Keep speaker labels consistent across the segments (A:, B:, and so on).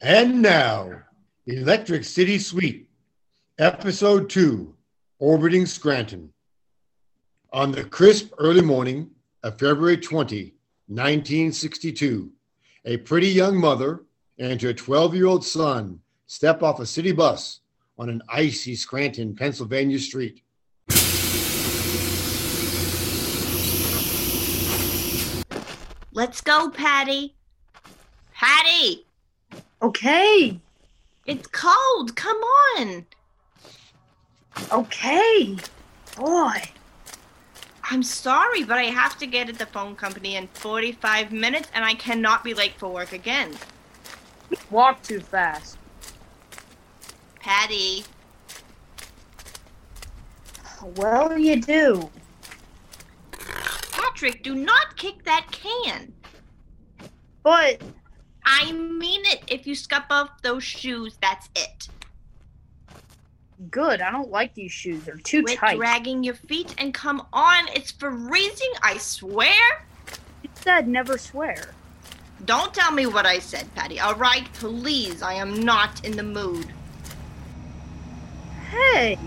A: And now, Electric City Suite, Episode 2 Orbiting Scranton. On the crisp early morning of February 20, 1962, a pretty young mother and her 12 year old son step off a city bus on an icy Scranton, Pennsylvania street.
B: Let's go, Patty. Patty,
C: Okay,
B: it's cold. Come on.
C: okay. Boy,
B: I'm sorry, but I have to get at the phone company in 45 minutes and I cannot be late for work again.
C: walk too fast.
B: Patty,
C: Well, you do.
B: Patrick, do not kick that can.
C: But
B: I mean it. If you scuff off those shoes, that's it.
C: good, I don't like these shoes. They're too
B: Quit
C: tight.
B: dragging your feet and come on. It's freezing, I swear.
C: you said never swear.
B: Don't tell me what I said, Patty. All right, please. I am not in the mood.
C: Hey,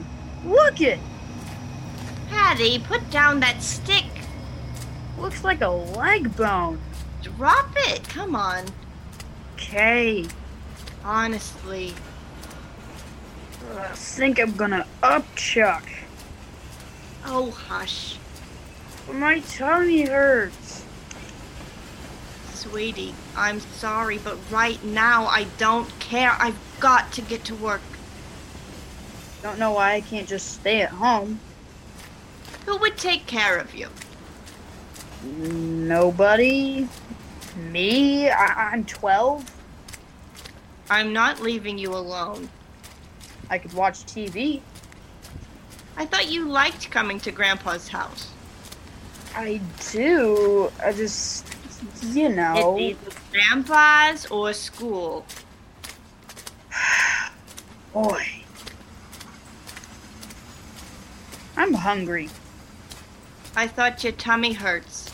C: look it.
B: Patty, put down that stick.
C: Looks like a leg bone.
B: Drop it. Come on.
C: Okay,
B: Honestly.
C: I think I'm gonna upchuck.
B: Oh, hush.
C: My tummy hurts.
B: Sweetie, I'm sorry, but right now I don't care. I've got to get to work.
C: Don't know why I can't just stay at home.
B: Who would take care of you?
C: Nobody. Me? I- I'm 12.
B: I'm not leaving you alone.
C: I could watch TV.
B: I thought you liked coming to Grandpa's house.
C: I do. I just, you know.
B: It's either Grandpa's or school.
C: Boy. I'm hungry.
B: I thought your tummy hurts.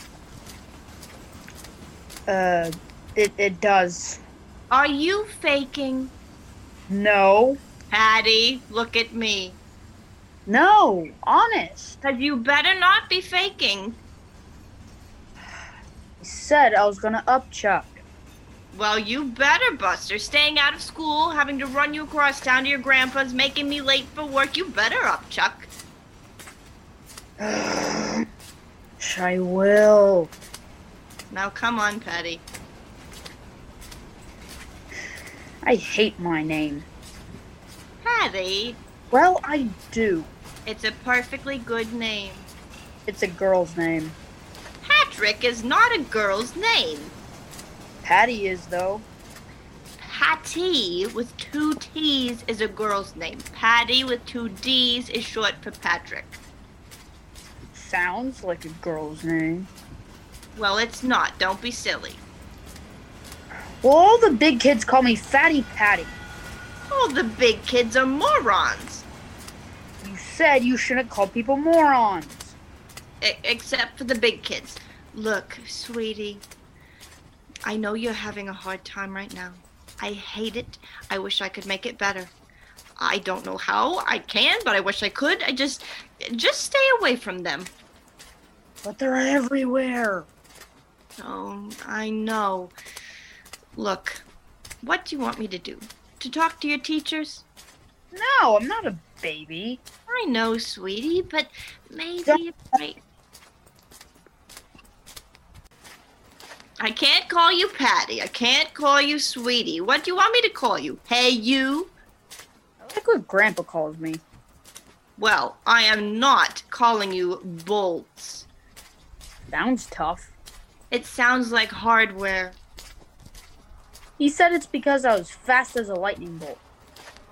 C: Uh, it, it does.
B: Are you faking?
C: No.
B: Patty, look at me.
C: No. Honest.
B: Because you better not be faking.
C: I said I was gonna upchuck.
B: Well, you better, Buster. Staying out of school, having to run you across town to your grandpa's, making me late for work. You better up, Chuck.
C: Sh- I will.
B: Now come on, Patty.
C: I hate my name.
B: Patty,
C: Well, I do.
B: it's a perfectly good name.
C: It's a girl's name.
B: Patrick is not a girl's name.
C: Patty is, though.
B: Patty with two T's is a girl's name. Patty with two D's is short for Patrick.
C: Sounds like a girl's name.
B: Well, it's not. Don't be silly.
C: Well, all the big kids call me Fatty Patty.
B: All the big kids are morons.
C: You said you shouldn't call people morons.
B: E- except for the big kids. Look, sweetie, I know you're having a hard time right now. I hate it. I wish I could make it better. I don't know how I can, but I wish I could. I just, just stay away from them.
C: But they're everywhere.
B: Oh, I know. Look, what do you want me to do? To talk to your teachers?
C: No, I'm not a baby.
B: I know, sweetie, but maybe
C: Don't-
B: if I. I can't call you Patty. I can't call you sweetie. What do you want me to call you? Hey, you?
C: I like what Grandpa calls me.
B: Well, I am not calling you bolts.
C: Sounds tough.
B: It sounds like hardware.
C: He said it's because I was fast as a lightning bolt.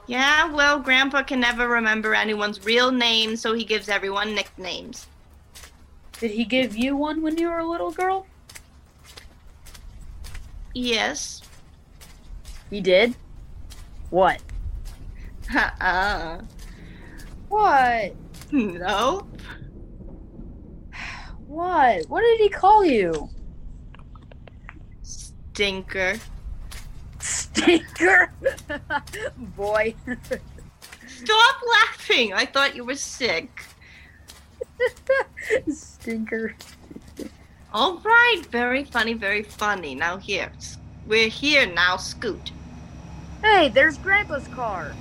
B: Yeah, well, Grandpa can never remember anyone's real name, so he gives everyone nicknames.
C: Did he give you one when you were a little girl?
B: Yes.
C: He did. What?
B: uh
C: What?
B: No.
C: What? What did he call you?
B: Stinker.
C: Tinker. Boy.
B: Stop laughing. I thought you were sick.
C: Stinker.
B: All right. Very funny. Very funny. Now here. s- We're here now. Scoot.
C: Hey, there's Grandpa's car.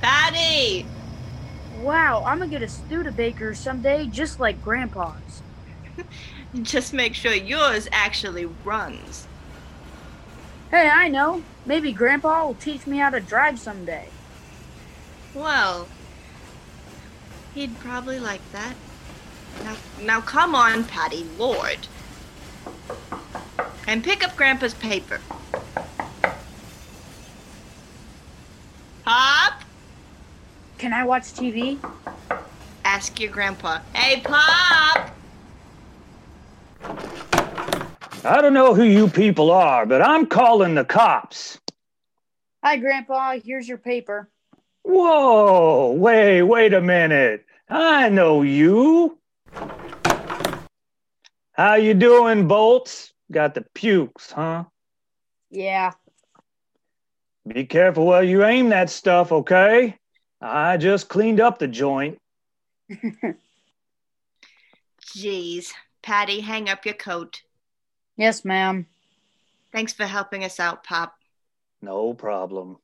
B: Patty.
C: Wow, I'm gonna get a Studebaker someday just like Grandpa's.
B: Just make sure yours actually runs.
C: Hey, I know. Maybe Grandpa will teach me how to drive someday.
B: Well, he'd probably like that. Now, now come on, Patty Lord. And pick up Grandpa's paper. Pop,
C: Can I watch TV?
B: ask your grandpa. Hey, Pop!
D: I don't know who you people are, but I'm calling the cops.
C: Hi, Grandpa. Here's your paper.
D: Whoa, wait, wait a minute. I know you. How you doing, Bolts? Got the pukes, huh?
C: Yeah.
D: Be careful where you aim that stuff, okay? I just cleaned up the joint.
B: Jeez, Patty, hang up your coat.
C: Yes, ma'am.
B: Thanks for helping us out, Pop.
D: No problem.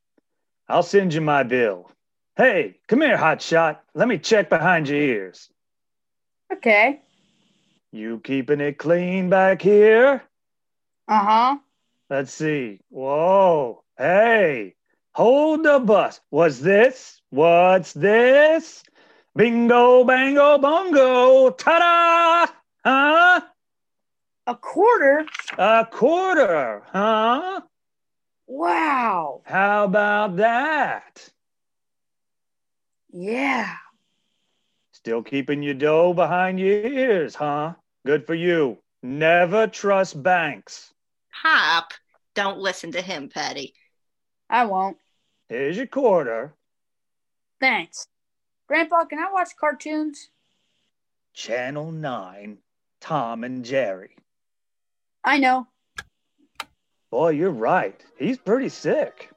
D: I'll send you my bill. Hey, come here, hotshot. Let me check behind your ears.
C: Okay.
D: You keeping it clean back here?
C: Uh huh.
D: Let's see. Whoa. Hey, hold the bus. What's this? What's this? Bingo, bango, bongo. Ta da! Huh?
C: A quarter?
D: A quarter. Huh?
C: Wow.
D: How about that?
C: Yeah.
D: Still keeping your dough behind your ears, huh? Good for you. Never trust banks.
B: Pop, don't listen to him, Patty.
C: I won't.
D: Here's your quarter.
C: Thanks. Grandpa, can I watch cartoons?
D: Channel 9, Tom and Jerry.
C: I know.
D: Boy, you're right. He's pretty sick.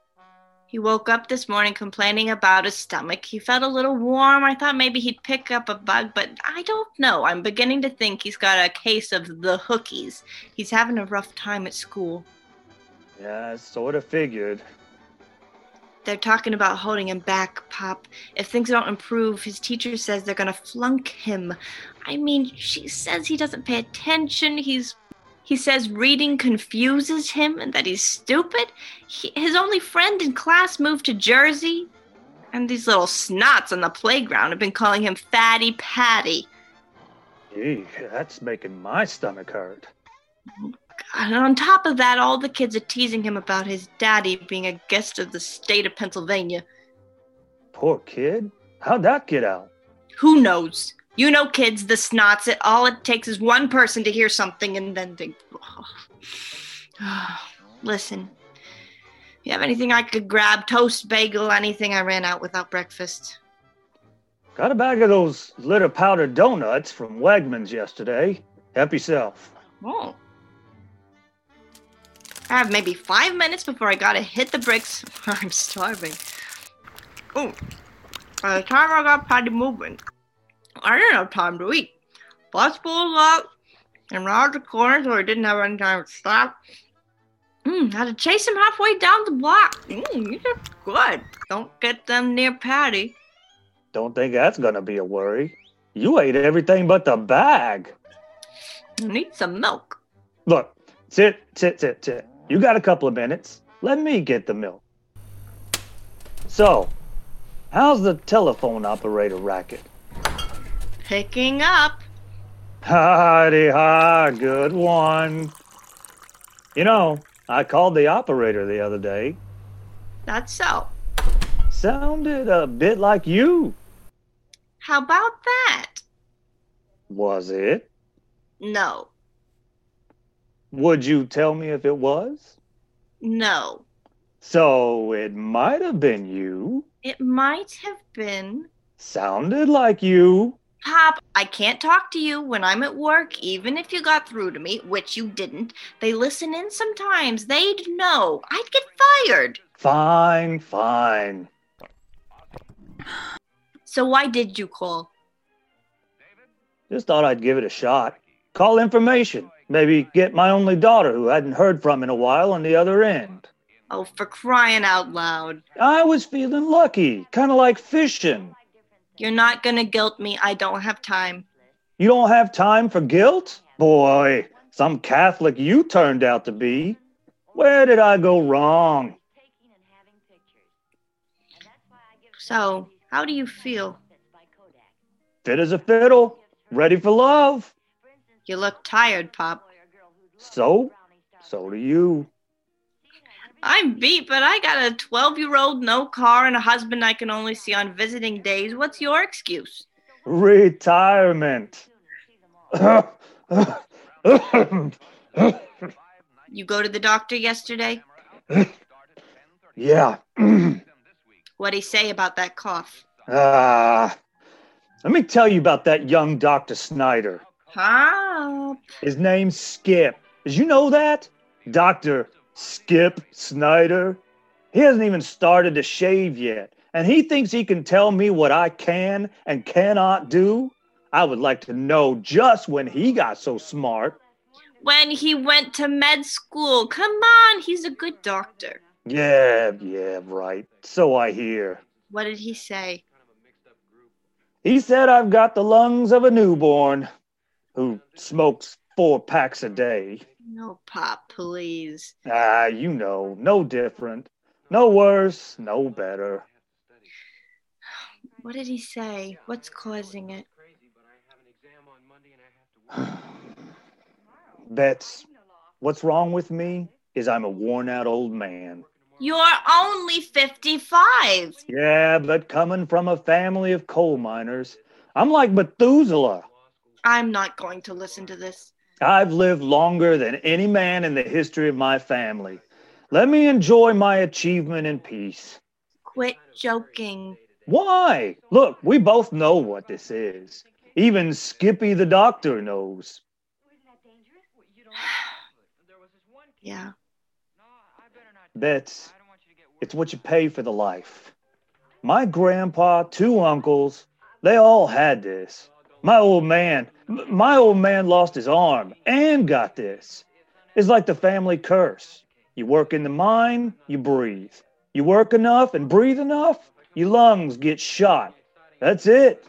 B: He woke up this morning complaining about his stomach. He felt a little warm. I thought maybe he'd pick up a bug, but I don't know. I'm beginning to think he's got a case of the hookies. He's having a rough time at school.
D: Yeah, I sort of figured.
B: They're talking about holding him back, Pop. If things don't improve, his teacher says they're going to flunk him. I mean, she says he doesn't pay attention. He's he says reading confuses him and that he's stupid. He, his only friend in class moved to Jersey, and these little snots on the playground have been calling him Fatty Patty.
D: Gee, that's making my stomach hurt.
B: And on top of that, all the kids are teasing him about his daddy being a guest of the state of Pennsylvania.
D: Poor kid. How'd that get out?
B: Who knows? You know, kids, the snots. It all it takes is one person to hear something, and then they. Listen, you have anything I could grab? Toast, bagel, anything? I ran out without breakfast.
D: Got a bag of those litter powder donuts from Wegmans yesterday. Help yourself.
B: Oh. I have maybe five minutes before I gotta hit the bricks. I'm starving. Oh, by the time I got Patty moving, I didn't have time to eat. Bus pulled up and round the corner, so I didn't have any time to stop. Mm, had to chase him halfway down the block. Mm, you did good. Don't get them near Patty.
D: Don't think that's gonna be a worry. You ate everything but the bag.
B: I need some milk.
D: Look, sit, sit, sit, sit. You got a couple of minutes. Let me get the milk. So, how's the telephone operator racket?
B: Picking up.
D: Howdy, ha, good one. You know, I called the operator the other day.
B: That's so.
D: Sounded a bit like you,
B: How about that?
D: was it?
B: No.
D: Would you tell me if it was?
B: No.
D: So it might have been you.
B: It might have been.
D: Sounded like you.
B: Pop, I can't talk to you when I'm at work, even if you got through to me, which you didn't. They listen in sometimes. They'd know. I'd get fired.
D: Fine, fine.
B: So why did you call?
D: Just thought I'd give it a shot. Call information. Maybe get my only daughter who hadn't heard from in a while on the other end.
B: Oh, for crying out loud.
D: I was feeling lucky, kind of like fishing.
B: You're not going to guilt me. I don't have time.
D: You don't have time for guilt? Boy, some Catholic you turned out to be. Where did I go wrong?
B: So, how do you feel?
D: Fit as a fiddle, ready for love.
B: You look tired, Pop.
D: So, so do you.
B: I'm beat, but I got a 12 year old, no car, and a husband I can only see on visiting days. What's your excuse?
D: Retirement.
B: You go to the doctor yesterday?
D: yeah.
B: What'd he say about that cough?
D: Ah. let me tell you about that young Dr. Snyder.
B: Pop.
D: His name's Skip. Did you know that? Dr. Skip Snyder. He hasn't even started to shave yet, and he thinks he can tell me what I can and cannot do. I would like to know just when he got so smart.
B: When he went to med school. Come on, he's a good doctor.
D: Yeah, yeah, right. So I hear.
B: What did he say?
D: He said I've got the lungs of a newborn who smokes four packs a day.
B: No, Pop, please.
D: Ah, you know, no different. No worse, no better.
B: What did he say? What's causing it?
D: That's what's wrong with me is I'm a worn out old man.
B: You're only 55.
D: Yeah, but coming from a family of coal miners, I'm like Methuselah.
B: I'm not going to listen to this.
D: I've lived longer than any man in the history of my family. Let me enjoy my achievement in peace.
B: Quit joking.
D: Why? Look, we both know what this is. Even Skippy the doctor knows.
B: Yeah.
D: That's it's what you pay for the life. My grandpa, two uncles, they all had this. My old man, m- my old man lost his arm and got this. It's like the family curse. You work in the mine, you breathe. You work enough and breathe enough, your lungs get shot. That's it.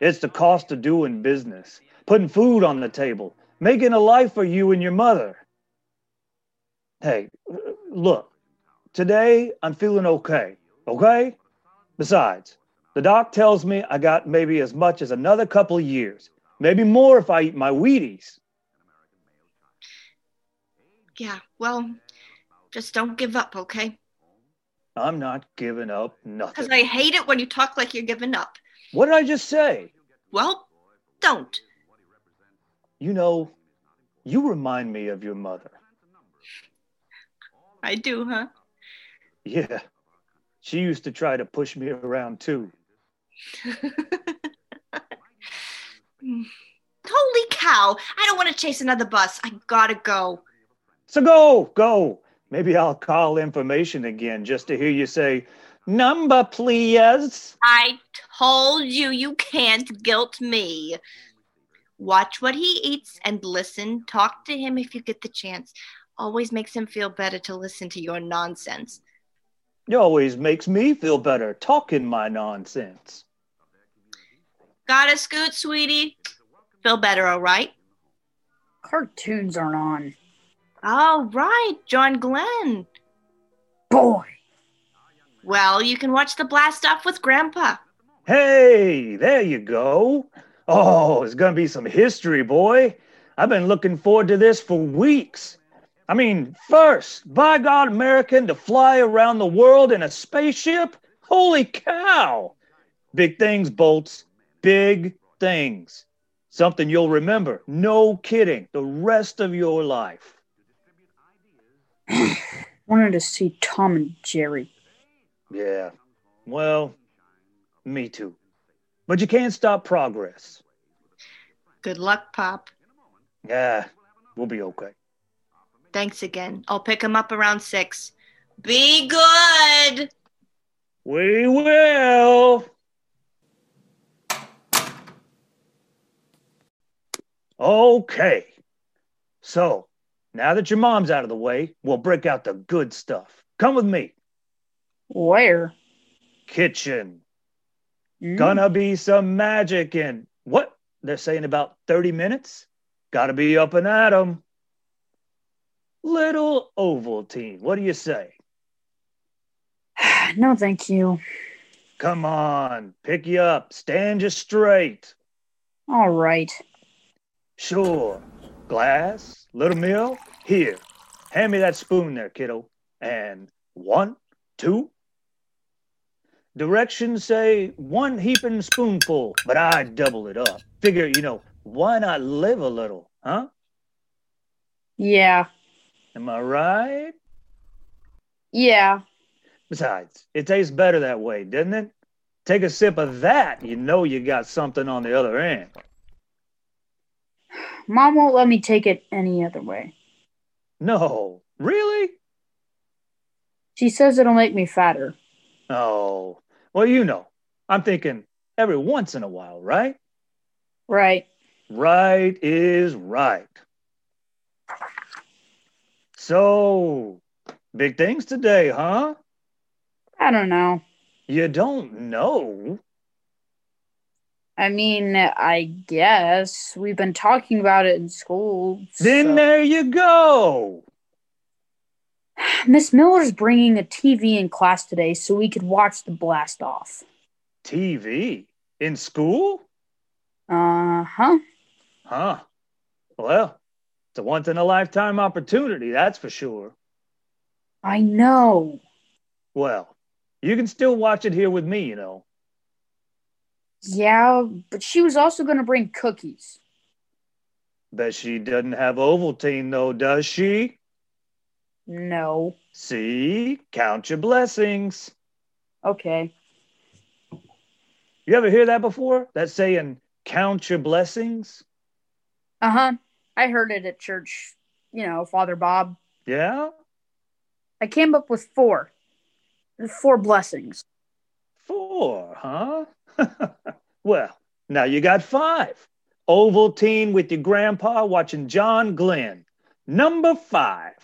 D: It's the cost of doing business, putting food on the table, making a life for you and your mother. Hey, look, today I'm feeling okay. Okay? Besides, the doc tells me I got maybe as much as another couple of years, maybe more if I eat my Wheaties.
B: Yeah. Well, just don't give up, okay?
D: I'm not giving up
B: Because
D: nothing.
B: I hate it when you talk like you're giving up.
D: What did I just say?
B: Well, don't.
D: You know, you remind me of your mother.
B: I do, huh?
D: Yeah. She used to try to push me around too.
B: Holy cow. I don't want to chase another bus. I gotta go.
D: So go, go. Maybe I'll call information again just to hear you say, number please.
B: I told you you can't guilt me. Watch what he eats and listen. Talk to him if you get the chance. Always makes him feel better to listen to your nonsense.
D: It always makes me feel better talking my nonsense.
B: Gotta scoot, sweetie. Feel better, all right?
C: Cartoons aren't on.
B: All right, John Glenn.
C: Boy.
B: Well, you can watch the blast off with Grandpa.
D: Hey, there you go. Oh, it's going to be some history, boy. I've been looking forward to this for weeks. I mean, first, by God, American to fly around the world in a spaceship? Holy cow! Big things, Bolts. Big things. Something you'll remember, no kidding, the rest of your life.
C: Wanted to see Tom and Jerry.
D: Yeah. Well, me too. But you can't stop progress.
B: Good luck, Pop.
D: Yeah, we'll be okay.
B: Thanks again. I'll pick him up around six. Be good.
D: We will. Okay. So, now that your mom's out of the way, we'll break out the good stuff. Come with me.
C: Where?
D: Kitchen.
C: Mm.
D: Gonna be some magic in what? They're saying about 30 minutes? Gotta be up and at 'em. Little Ovaltine, what do you say?
C: no, thank you.
D: Come on, pick you up, stand you straight.
C: All right.
D: Sure. Glass, little meal, here. Hand me that spoon there, kiddo. And one, two. Directions say one heaping spoonful, but I double it up. Figure, you know, why not live a little, huh?
C: Yeah.
D: Am I right?
C: Yeah.
D: Besides, it tastes better that way, doesn't it? Take a sip of that, you know you got something on the other end.
C: Mom won't let me take it any other way.
D: No, really?
C: She says it'll make me fatter.
D: Oh, well, you know, I'm thinking every once in a while, right?
C: Right.
D: Right is right. So, big things today, huh?
C: I don't know.
D: You don't know.
C: I mean, I guess we've been talking about it in school.
D: Then
C: so-
D: there you go.
C: Miss Miller's bringing a TV in class today so we could watch the blast off.
D: TV in school?
C: Uh huh.
D: Huh. Well, it's a once in a lifetime opportunity, that's for sure.
C: I know.
D: Well, you can still watch it here with me, you know.
C: Yeah, but she was also going to bring cookies.
D: Bet she doesn't have Ovaltine, though, does she?
C: No.
D: See, count your blessings.
C: Okay.
D: You ever hear that before? That saying, count your blessings?
C: Uh huh. I heard it at church. You know, Father Bob.
D: Yeah?
C: I came up with four. Four blessings.
D: Four, huh? well, now you got five. Ovaltine with your grandpa watching John Glenn. Number five.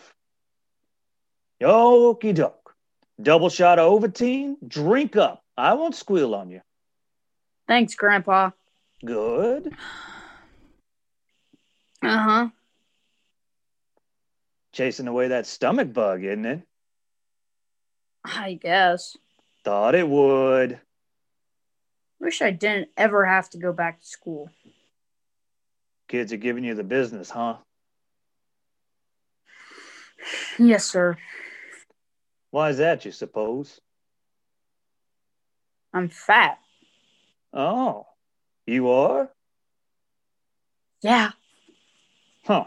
D: Okie doke. Double shot of Ovaltine. Drink up. I won't squeal on you.
C: Thanks, Grandpa.
D: Good.
C: Uh huh.
D: Chasing away that stomach bug, isn't it?
C: I guess.
D: Thought it would.
C: Wish I didn't ever have to go back to school.
D: Kids are giving you the business, huh?
C: Yes, sir.
D: Why is that, you suppose?
C: I'm fat.
D: Oh, you are?
B: Yeah.
D: Huh.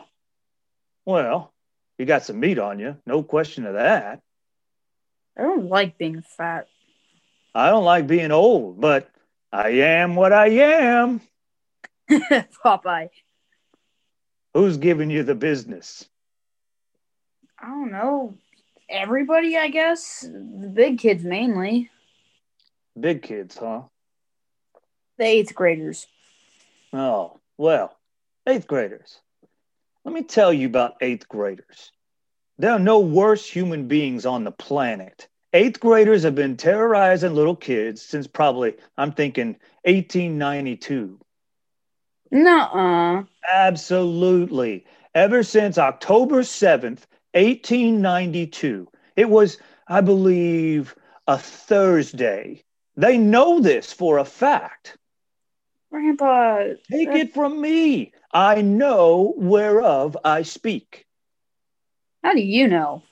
D: Well, you got some meat on you, no question of that.
C: I don't like being fat.
D: I don't like being old, but I am what I am.
C: Popeye.
D: Who's giving you the business?
C: I don't know. Everybody, I guess. The big kids mainly.
D: Big kids, huh?
C: The eighth graders.
D: Oh, well, eighth graders. Let me tell you about eighth graders. There are no worse human beings on the planet. Eighth graders have been terrorizing little kids since probably, I'm thinking, 1892.
C: Nuh uh.
D: Absolutely. Ever since October 7th, 1892. It was, I believe, a Thursday. They know this for a fact.
C: Grandpa.
D: Take
C: Uh,
D: it from me. I know whereof I speak.
C: How do you know?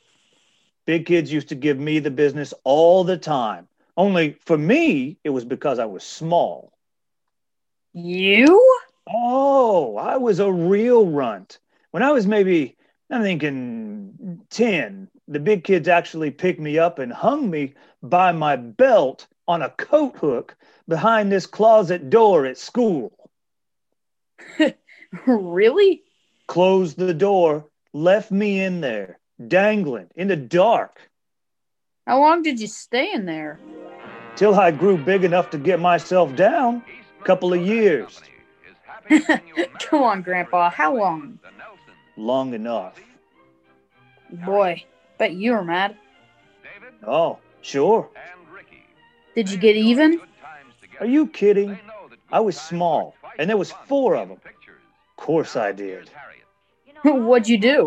D: Big kids used to give me the business all the time. Only for me, it was because I was small.
C: You?
D: Oh, I was a real runt. When I was maybe, I'm thinking 10, the big kids actually picked me up and hung me by my belt on a coat hook behind this closet door at school.
C: really?
D: Closed the door, left me in there, dangling in the dark,
C: How long did you stay in there?
D: till I grew big enough to get myself down. Couple of years.
C: Come on, Grandpa. How long?
D: Long enough.
C: Boy, bet you were mad.
D: Oh, sure.
C: Did you get even?
D: Are you kidding? I was small, and there was four of 'em. Of course I did.
C: What'd you do?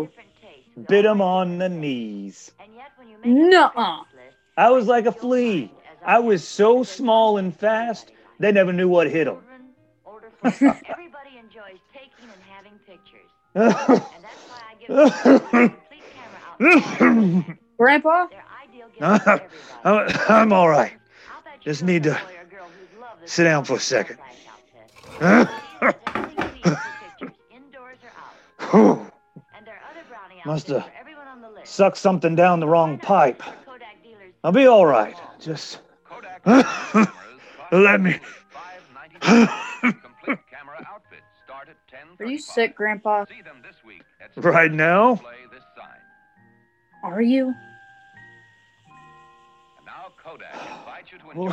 D: Bit 'em on the knees.
C: Nuh-uh.
D: I was like a flea. I was so small and fast, they never knew what hit 'em.
E: Everybody enjoys taking and having pictures. And that's why I give a complete camera out.
C: Grandpa?
E: They're ideal gifts for everybody.
D: I'm- I'm all right.
E: I'll bet you
D: Just
E: know
D: need
E: a
D: to
E: boy or girl who'd love this
D: sit down for a
E: little
D: second.
E: sunrise outfit. Everything you need for pictures, indoors or out. And there are other brownie
D: Must,
E: outfits
D: uh,
E: for everyone on the list.
D: Suck something down the wrong pipe.
E: Kodak dealers
D: I'll be all right. Just
F: Let me.
C: Are you sick, Grandpa?
D: Right now?
C: Are you?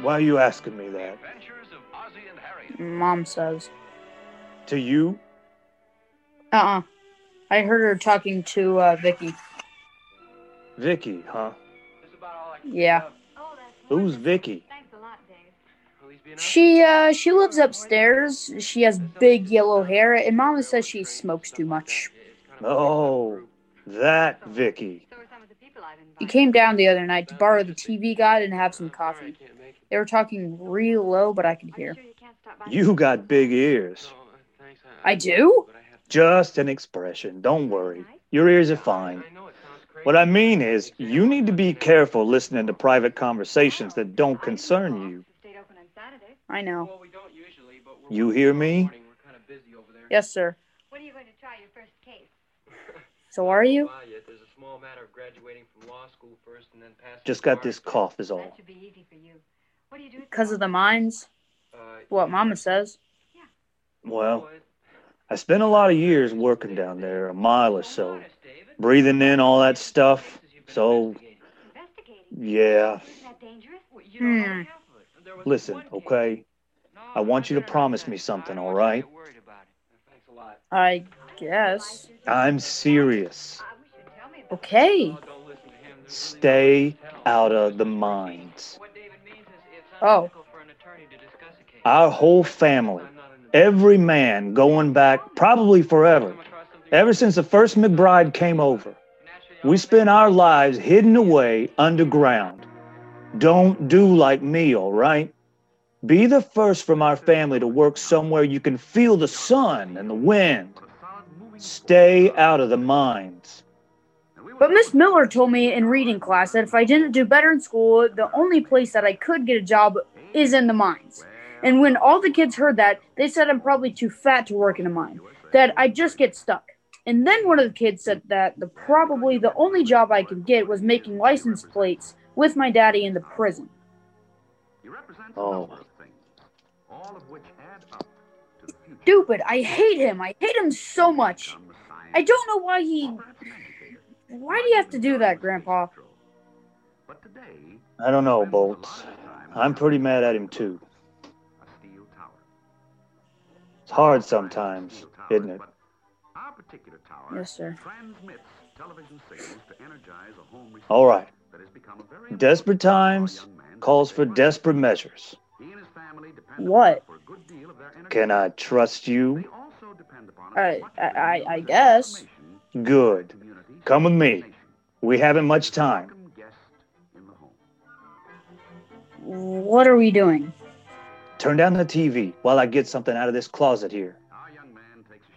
D: why are you asking me that?
C: Mom says.
D: To you?
C: Uh-uh. I heard her talking to uh, Vicky.
D: Vicky, huh?
C: Yeah.
E: Oh, that's
D: Who's
E: wonderful.
D: Vicky?
E: Thanks a lot, Dave.
C: She uh she lives upstairs. She has big yellow hair, and Mama says she smokes too much.
D: Oh, that Vicky.
E: So are some of the people I've
C: She
E: invited.
C: came down the other night to borrow the TV guide and have some coffee. They were talking real low, but I could
E: Are you
C: hear.
E: sure you can't stop by
D: You got big ears.
C: I do?
D: Just an expression. Don't worry. Your ears are fine. What I mean is, you need to be careful listening to private conversations that don't concern you.
E: Stayed open on Saturday.
C: I know.
D: You hear me?
C: Yes, sir.
E: When are you going to try your first case?
C: So are you?
D: Just got this cough, is all.
E: That should be easy for you. What do you do?
C: Because of the mines? What Mama says.
D: Well, I spent a lot of years working down there, a mile or so, breathing in all that stuff. So,
E: investigating?
D: yeah.
E: Isn't that dangerous?
C: Hmm.
D: Listen, okay? I want you to promise me something, all right?
C: I guess.
D: I'm serious.
E: I wish you'd tell me about
C: Okay.
D: Stay out of the mines.
C: Oh.
D: Our whole family, every man going back probably forever, ever since the first McBride came over, we spent our lives hidden away underground. Don't do like me, all right? Be the first from our family to work somewhere you can feel the sun and the wind. Stay out of the mines.
C: But Miss Miller told me in reading class that if I didn't do better in school, the only place that I could get a job is in the mines. And when all the kids heard that, they said I'm probably too fat to work in a mine, that I just get stuck. And then one of the kids said that the probably the only job I could get was making license plates with my daddy in the prison.
D: Oh.
C: Stupid. I hate him. I hate him so much. I don't know why he Why do you have to do that, Grandpa?
D: I don't know, Bolts. I'm pretty mad at him, too. It's hard sometimes, isn't it?
C: Yes, sir.
D: All right. Desperate times calls for desperate measures.
C: What?
D: Can I trust you?
C: I I I, I guess.
D: Good. Come with me. We haven't much time.
C: What are we doing?
D: Turn down the TV while I get something out of this closet here.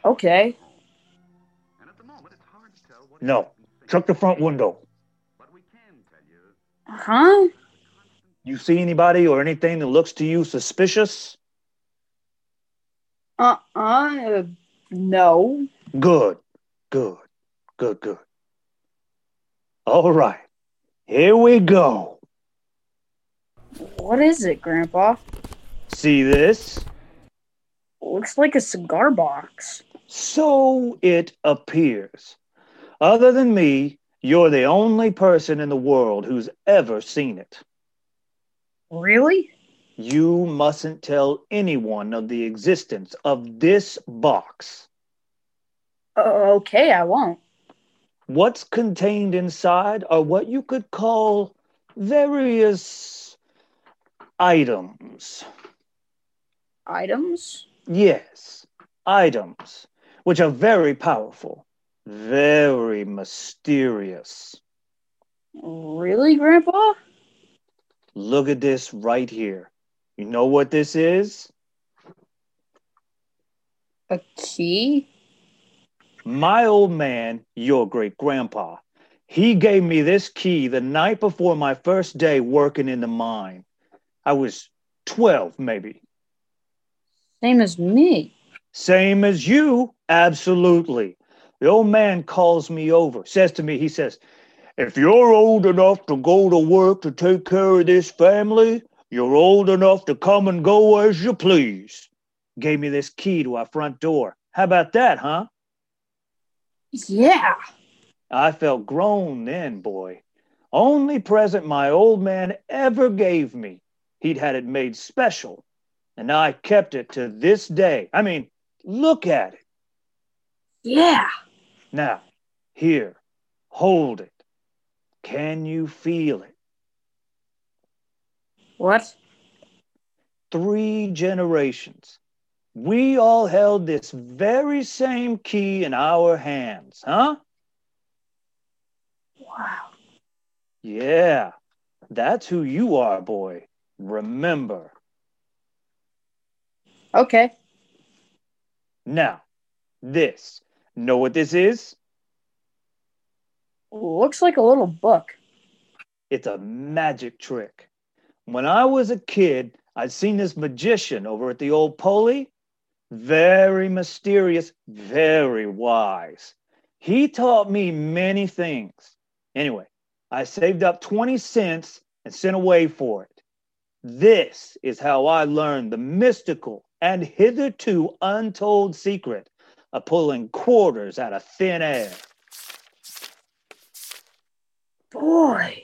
C: Okay.
D: No, check the front window.
C: Huh?
D: You see anybody or anything that looks to you suspicious?
C: Uh uh no.
D: Good, good, good, good. All right, here we go.
C: What is it, Grandpa?
D: See this?
C: What looks like a cigar box.
D: So it appears. Other than me, you're the only person in the world who's ever seen it.
C: Really?
D: You mustn't tell anyone of the existence of this box.
C: Uh, okay, I won't.
D: What's contained inside are what you could call various items.
C: Items?
D: Yes, items, which are very powerful, very mysterious.
C: Really, Grandpa?
D: Look at this right here. You know what this is?
C: A key?
D: My old man, your great grandpa, he gave me this key the night before my first day working in the mine. I was 12, maybe.
C: Same as me.
D: Same as you, absolutely. The old man calls me over, says to me, he says, If you're old enough to go to work to take care of this family, you're old enough to come and go as you please. Gave me this key to our front door. How about that, huh?
C: Yeah.
D: I felt grown then, boy. Only present my old man ever gave me. He'd had it made special, and I kept it to this day. I mean, look at it.
C: Yeah.
D: Now, here, hold it. Can you feel it?
C: What?
D: Three generations. We all held this very same key in our hands, huh?
C: Wow.
D: Yeah, that's who you are, boy. Remember.
C: Okay.
D: Now, this. Know what this is?
C: Looks like a little book.
D: It's a magic trick. When I was a kid, I'd seen this magician over at the old Poli. Very mysterious, very wise. He taught me many things. Anyway, I saved up 20 cents and sent away for it. This is how I learned the mystical and hitherto untold secret of pulling quarters out of thin air.
C: Boy.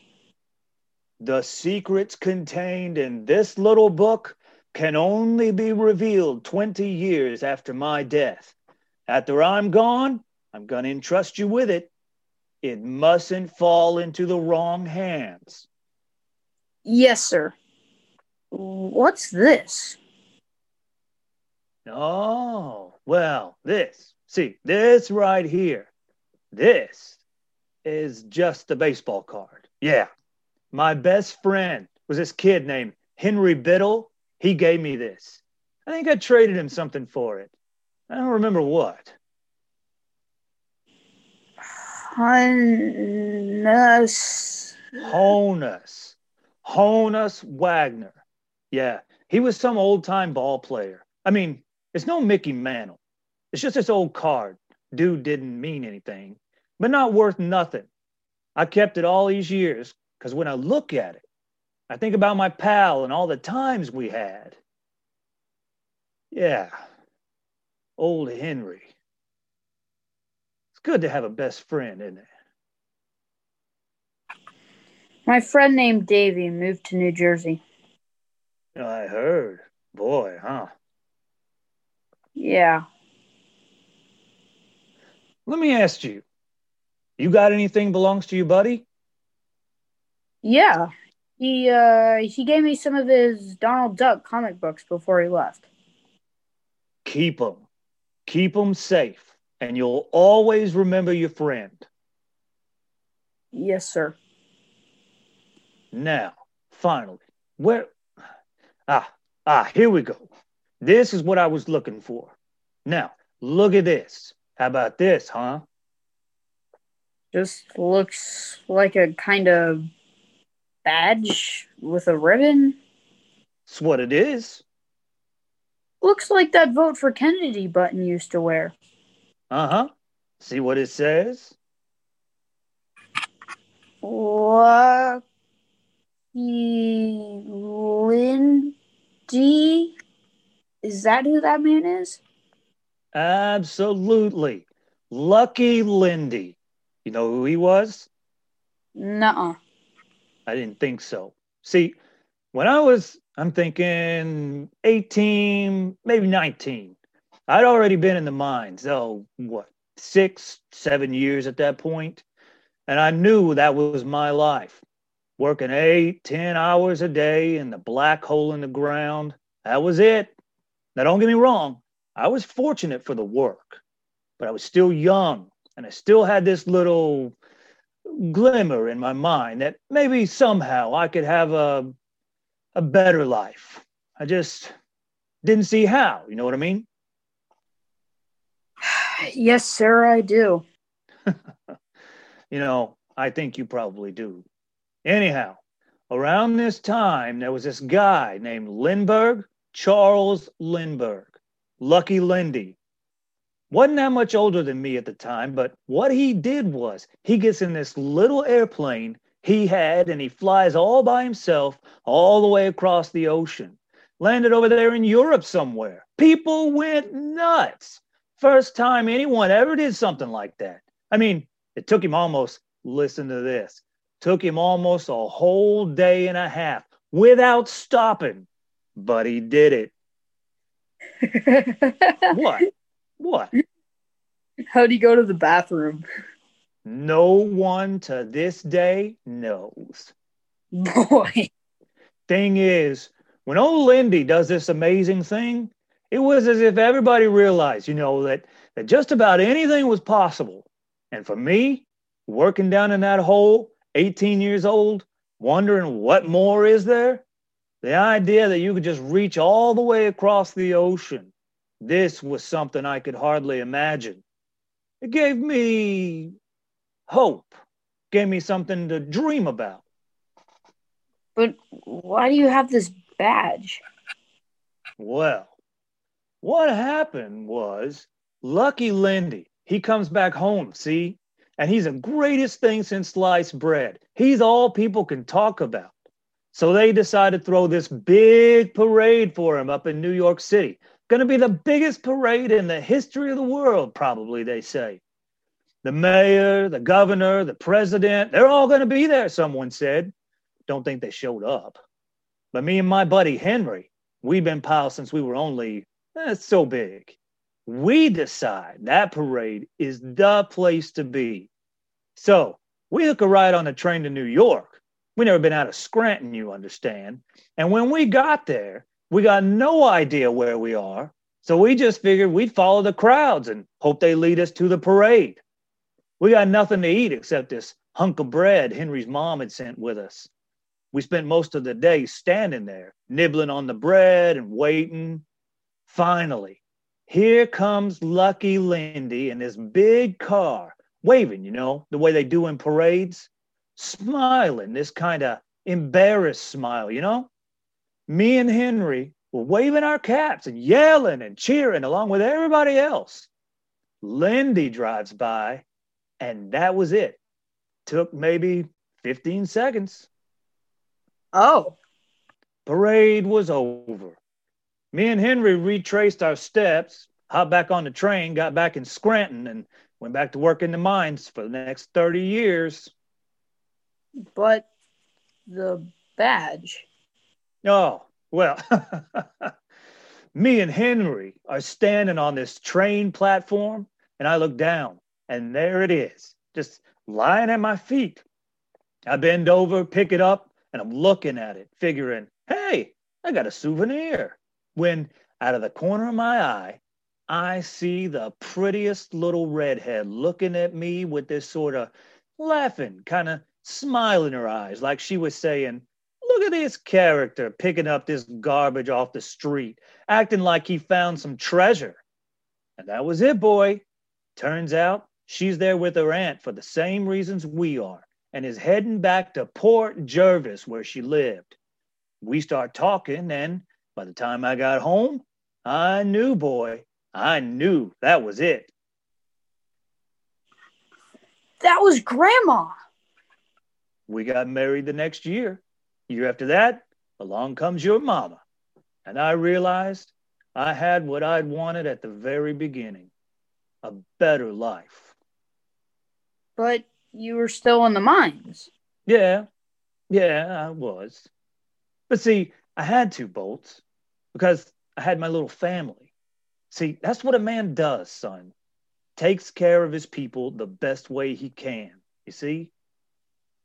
D: The secrets contained in this little book can only be revealed 20 years after my death. After I'm gone, I'm going to entrust you with it. It mustn't fall into the wrong hands.
C: Yes, sir. What's this?
D: Oh, well, this. See, this right here. This is just a baseball card. Yeah. My best friend was this kid named Henry Biddle. He gave me this. I think I traded him something for it. I don't remember what.
C: Honus.
D: Honus. Honus Wagner. Yeah, he was some old time ball player. I mean, it's no Mickey Mantle. It's just this old card. Dude didn't mean anything, but not worth nothing. I kept it all these years because when I look at it, I think about my pal and all the times we had. Yeah, old Henry. It's good to have a best friend, isn't it?
C: My friend named Davy moved to New Jersey.
D: I heard. Boy, huh?
C: Yeah.
D: Let me ask you. You got anything belongs to you, buddy?
C: Yeah. He uh he gave me some of his Donald Duck comic books before he left.
D: Keep 'em. Keep 'em safe, and you'll always remember your friend.
C: Yes, sir.
D: Now, finally, where? Ah, ah, here we go. This is what I was looking for. Now, look at this. How about this, huh?
C: Just looks like a kind of badge with a ribbon.
D: It's what it is.
C: Looks like that vote for Kennedy button used to wear.
D: Uh huh. See what it says?
C: Lucky Lindy? Is that who that man is?
D: Absolutely. Lucky Lindy. You know who he was?
C: Nuh-uh.
D: I didn't think so. See, when I was, I'm thinking 18, maybe 19, I'd already been in the mines, oh, what, six, seven years at that point, And I knew that was my life. Working eight, ten hours a day in the black hole in the ground. That was it. Now, don't get me wrong. I was fortunate for the work, but I was still young and I still had this little glimmer in my mind that maybe somehow I could have a a better life. I just didn't see how, you know what I mean?
C: Yes, sir, I do.
D: You know, I think you probably do. Anyhow, around this time there was this guy named Lindbergh, Charles Lindbergh, Lucky Lindy. Wasn't that much older than me at the time, but what he did was he gets in this little airplane he had and he flies all by himself all the way across the ocean. Landed over there in Europe somewhere. People went nuts. First time anyone ever did something like that. I mean, it took him almost, listen to this, took him almost a whole day and a half without stopping, but he did it. What? What?
C: How'd he go to the bathroom?
D: No one to this day knows.
C: Boy.
D: Thing is, when old Lindy does this amazing thing, it was as if everybody realized, you know, that, that just about anything was possible. And for me, working down in that hole, 18 years old, wondering what more is there, the idea that you could just reach all the way across the ocean, this was something I could hardly imagine. It gave me hope, gave me something to dream about.
C: But why do you have this badge?
D: Well, what happened was Lucky Lindy, he comes back home, see? And he's the greatest thing since sliced bread. He's all people can talk about. So they decided to throw this big parade for him up in New York City. Going to be the biggest parade in the history of the world, probably, they say. The mayor, the governor, the president, they're all going to be there, someone said. Don't think they showed up. But me and my buddy Henry, we've been pals since we were only that's so big. We decide that parade is the place to be. So we took a ride on the train to New York. We never been out of Scranton, you understand. And when we got there, we got no idea where we are. So we just figured we'd follow the crowds and hope they lead us to the parade. We got nothing to eat except this hunk of bread Henry's mom had sent with us. We spent most of the day standing there, nibbling on the bread and waiting. Finally, here comes Lucky Lindy in his big car, waving, you know, the way they do in parades, smiling, this kind of embarrassed smile, you know? Me and Henry were waving our caps and yelling and cheering along with everybody else. Lindy drives by, and that was it. Took maybe 15 seconds
C: Oh.
D: parade was over. Me and Henry retraced our steps, hopped back on the train, got back in Scranton, and went back to work in the mines for the next 30 years.
C: But the badge.
D: Oh, well, me and Henry are standing on this train platform, and I look down, and there it is, just lying at my feet. I bend over, pick it up, and I'm looking at it, figuring, hey, I got a souvenir. When out of the corner of my eye, I see the prettiest little redhead looking at me with this sort of laughing, kind of smile in her eyes, like she was saying, Look at this character picking up this garbage off the street, acting like he found some treasure. And that was it, boy. Turns out she's there with her aunt for the same reasons we are and is heading back to Port Jervis where she lived. We start talking, and by the time I got home, I knew, boy, I knew that was it.
C: That was grandma.
D: We got married the next year. Year after that, along comes your mama. And I realized I had what I'd wanted at the very beginning a better life.
C: But you were still in the mines.
D: Yeah, yeah, I was. But see, I had to, Bolts, because I had my little family. See, that's what a man does, son. Takes care of his people the best way he can. You see?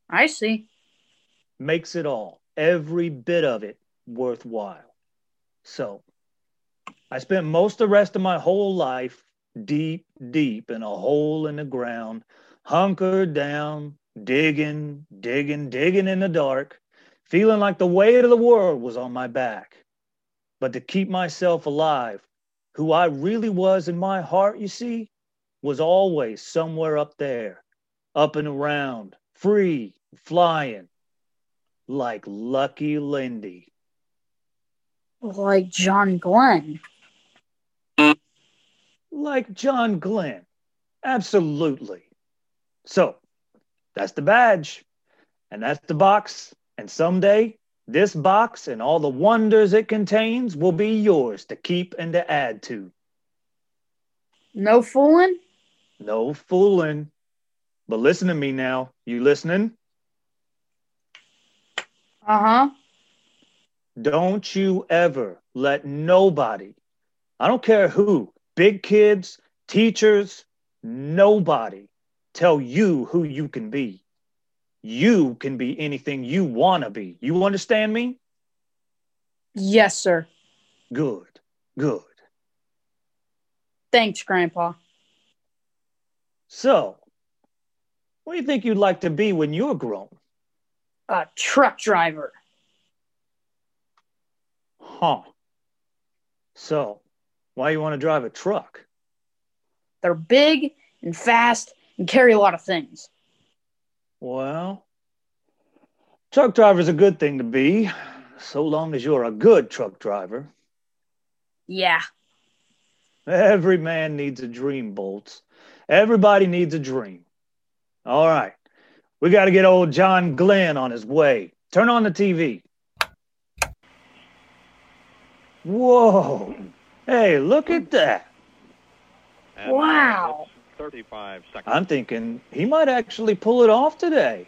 C: I see.
D: Makes it all, every bit of it, worthwhile. So, I spent most the rest of my whole life deep, deep in a hole in the ground, hunkered down, digging, digging, digging in the dark, feeling like the weight of the world was on my back. But to keep myself alive, who I really was in my heart, you see, was always somewhere up there, up and around, free, flying, like Lucky Lindy.
C: Like John Glenn.
D: Like John Glenn. Absolutely. So that's the badge, and that's the box. And someday, this box and all the wonders it contains will be yours to keep and to add to.
C: No fooling?
D: No fooling. But listen to me now. You listening?
C: Uh huh.
D: Don't you ever let nobody, I don't care who, big kids, teachers, nobody, tell you who you can be. You can be anything you want to be. You understand me?
C: Yes, sir.
D: Good, good.
C: Thanks, Grandpa.
D: So, what do you think you'd like to be when you're grown?
C: A truck driver.
D: Huh. So, why you want to drive a truck?
C: They're big and fast and carry a lot of things.
D: Well, truck driver's a good thing to be, so long as you're a good truck driver.
C: Yeah.
D: Every man needs a dream, Bolts. Everybody needs a dream. All right. We got to get old John Glenn on his way. Turn on the TV. Whoa. Hey, look at that.
F: And
C: Wow.
F: it's 35 seconds.
D: I'm thinking he might actually pull it off today.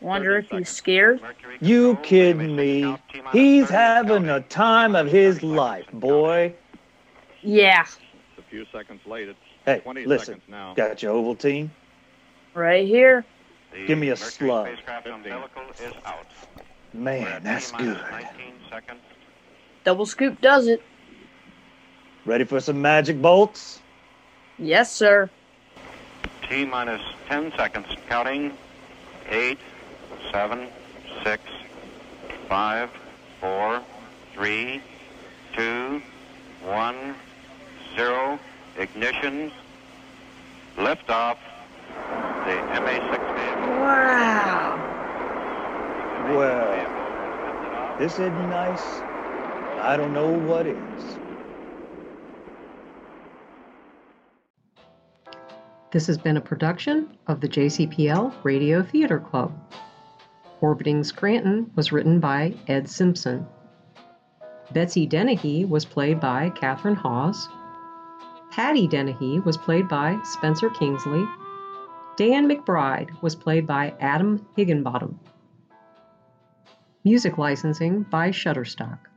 C: Wonder if he's scared.
F: Mercury
D: You
F: control,
D: kidding
F: animation
D: me?
F: count, T-minus
D: He's
F: 30
D: having
F: counting.
D: a time of his life, boy.
C: Yeah.
F: It's a few seconds late. It's
D: Hey,
F: 20
D: listen,
F: seconds now.
D: got your Ovaltine?
C: Right here.
F: The
D: give me a
F: Mercury
D: slug.
F: spacecraft umbilical is out. We're
D: Man,
F: at
D: that's
F: T-minus
D: good.
F: 19 seconds.
C: Double scoop does it.
D: Ready for some magic bolts?
C: Yes, sir.
F: T minus 10 seconds. Counting. Eight, seven, six, five, four, three, two, one, zero. Ignition. Lift off. The MA-6 vehicle.
C: Wow.
D: Well, this isn't nice. I don't know what is.
G: This has been a production of the JCPL Radio Theater Club. Orbiting Scranton was written by Ed Simpson. Betsy Dennehy was played by Katherine Hawes. Patty Dennehy was played by Spencer Kingsley. Dan McBride was played by Adam Higginbottom. Music licensing by Shutterstock.